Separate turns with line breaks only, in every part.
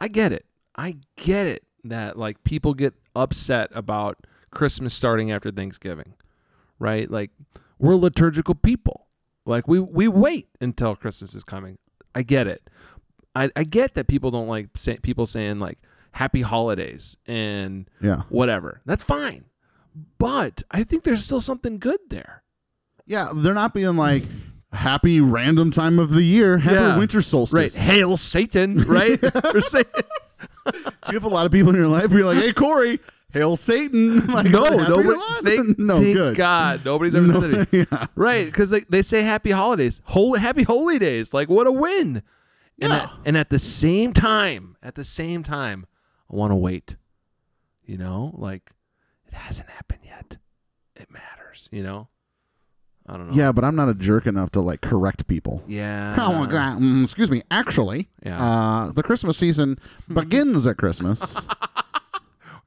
I get it. I get it that like people get upset about Christmas starting after Thanksgiving, right? Like we're liturgical people. Like we we wait until Christmas is coming. I get it. I, I get that people don't like say, people saying like happy holidays and
Yeah.
whatever. That's fine. But I think there's still something good there.
Yeah, they're not being like happy random time of the year. Happy
Yeah.
winter
Right.
solstice.
Hail Satan, right? Or say-
Do you have a lot of people in your life who are like, hey, Corey, hail Satan? Like,
no,
happy
nobody.
Ramadan.
Thank,
no,
thank
good.
God. Nobody's ever said that. to me.
yeah.
Right. Because they, they say happy holidays. Holy, happy holy days. Like, what a win. And,
Yeah.
at, and at the same time, at the same time, I want to wait. You know, like, it hasn't happened yet. It matters, you know? I don't know.
Yeah, but I'm not a jerk enough to like correct people.
Yeah.
Oh, well, gra- mm, excuse me. Actually,
Yeah.
uh, the Christmas season begins at Christmas.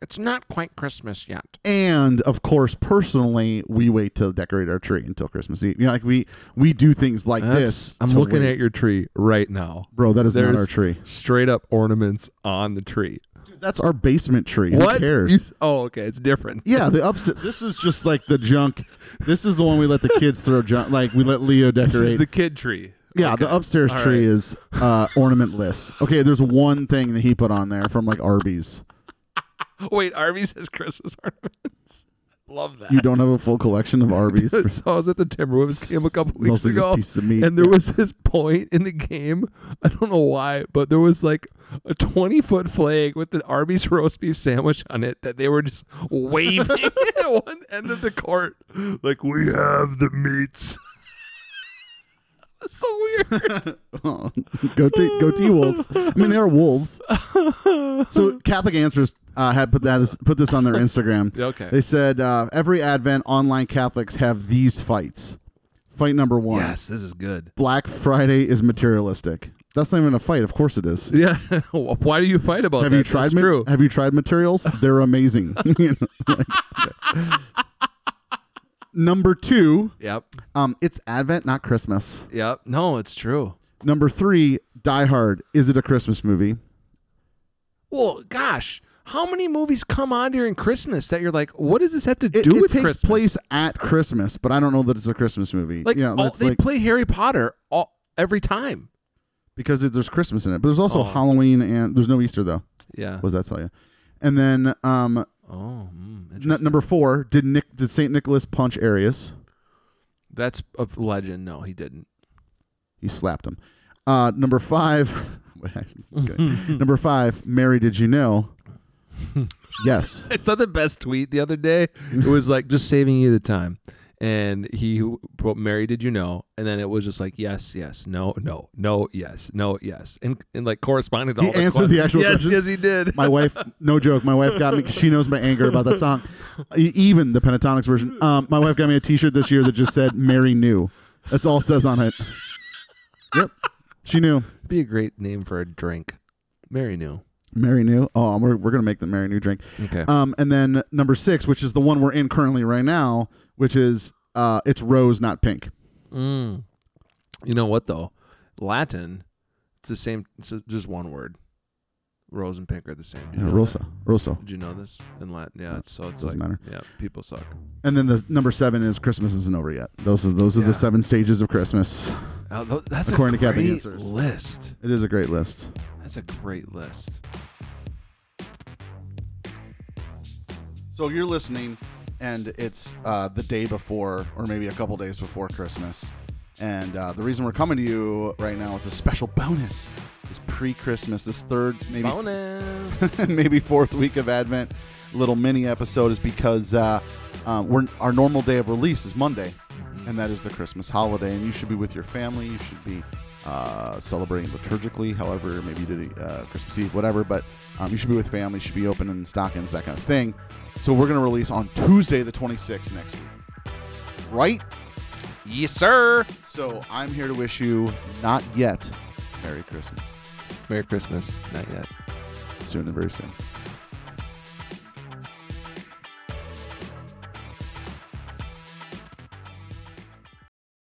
It's not quite Christmas yet.
and of course, personally, we wait to decorate our tree until Christmas Eve. You know, like we we do things like this.
I'm
to
looking
wait.
at your tree right now.
bro. That is not
There's
our tree.
Straight up ornaments on the tree.
Dude, that's our basement tree.
what?
Who cares?
You- oh, okay. It's different.
yeah, the upstairs. This is just like the junk. This is the one we let the kids throw junk. Like we let Leo
This is
decorate.
the kid tree.
Yeah, the upstairs
All
tree
right.
is uh, ornamentless. Okay, there's one thing that he put on there from like Arby's.
Wait, Arby's has Christmas ornaments. Love that.
You don't have a full collection of Arby's.
so I was at the Timberwolves game a couple weeks
Mostly just
ago,
pieces of meat.
and there was this point in the game. I don't know why, but there was like a twenty-foot flag with an Arby's roast beef sandwich on it that they were just waving at one end of the court, like we have the meats. That's so weird.
Oh, go t- go T wolves. I mean, they are wolves. So Catholic Answers uh, had put that put this on their Instagram.
Okay.
They said uh, every Advent online Catholics have these fights. Fight number one:
this is good.
Black Friday is materialistic. That's not even a fight. Of course it is.
Yeah. why do you fight about
Have
that?
you tried?
That's
ma-
true.
Have you tried materials? They're amazing. You know, like- Number two,
Yep.
um, it's Advent, not Christmas.
Yep. No, it's true.
Number three, Die Hard. Is it a Christmas movie?
Well, gosh, how many movies come on during Christmas that you're like, what does this have to
It,
do
it
with
takes
Christmas?
place at Christmas, but I don't know that it's a Christmas movie.
like,
yeah,
all-
that's
they
like
play Harry Potter all, every time.
because it, there's Christmas in it, but there's also
Oh.
Halloween and there's no Easter though.
Yeah.
What does that tell you? And then um,
Oh, mm,
n-
interesting.
number four, did Nick did Saint Nicholas punch Arius?
that's a legend. No, he didn't.
He slapped him. Uh, number five. wait, actually, it's good. number five. Mary, did you know? yes.
I saw the best tweet the other day. It was like just saving you the time. And he who- wrote, Mary, did you know? And then it was just like, yes, yes, no, no, no, yes, no, yes. And, and like corresponding to
He
all the
answered
questions.
the actual
yes,
questions?
Yes, he did.
My wife, no joke. My wife got me. 'cause She knows my anger about that song, E- even the pentatonics version. Um, my wife got me a T-shirt this year that just said "Mary knew." That's all it says on it. Yep, she knew.
be a great name for a drink. Mary knew.
Mary knew. Oh, we're, we're gonna make the Mary knew drink.
Okay.
Um, and then number six, which is the one we're in currently right now, which is uh, it's rose, not pink.
Mm. You know what though? Latin, it's the same. It's a- just one word. Rose and pink are the same. Did you know
rosa,
that?
rosa.
Did you know this in Latin? Yeah. It's, so it's
Doesn't
like
matter.
yeah, people suck.
And then the number seven is Christmas isn't over yet. Those are those are
Yeah.
the seven stages of Christmas.
Uh, tho- that's
According
a
to
great
Kathy Answers.
list.
It is a great list.
That's a great list.
So you're listening, and it's uh, the day before, or maybe a couple days before Christmas. And uh, the reason we're coming to you right now with this special bonus, this pre-Christmas, this third maybe
Bonus.
maybe fourth week of Advent little mini episode is because uh, um, we're our normal day of release is Monday, and that is the Christmas holiday, and you should be with your family. You should be uh, celebrating liturgically, however, maybe you did it, uh, Christmas Eve, whatever. But um, you should be with family. You should be opening stockings, that kind of thing. So we're gonna release on Tuesday, the 26th next week, right?
yes, sir.
So I'm here to wish you not yet Merry Christmas.
Merry Christmas. Not yet.
Soon and very soon.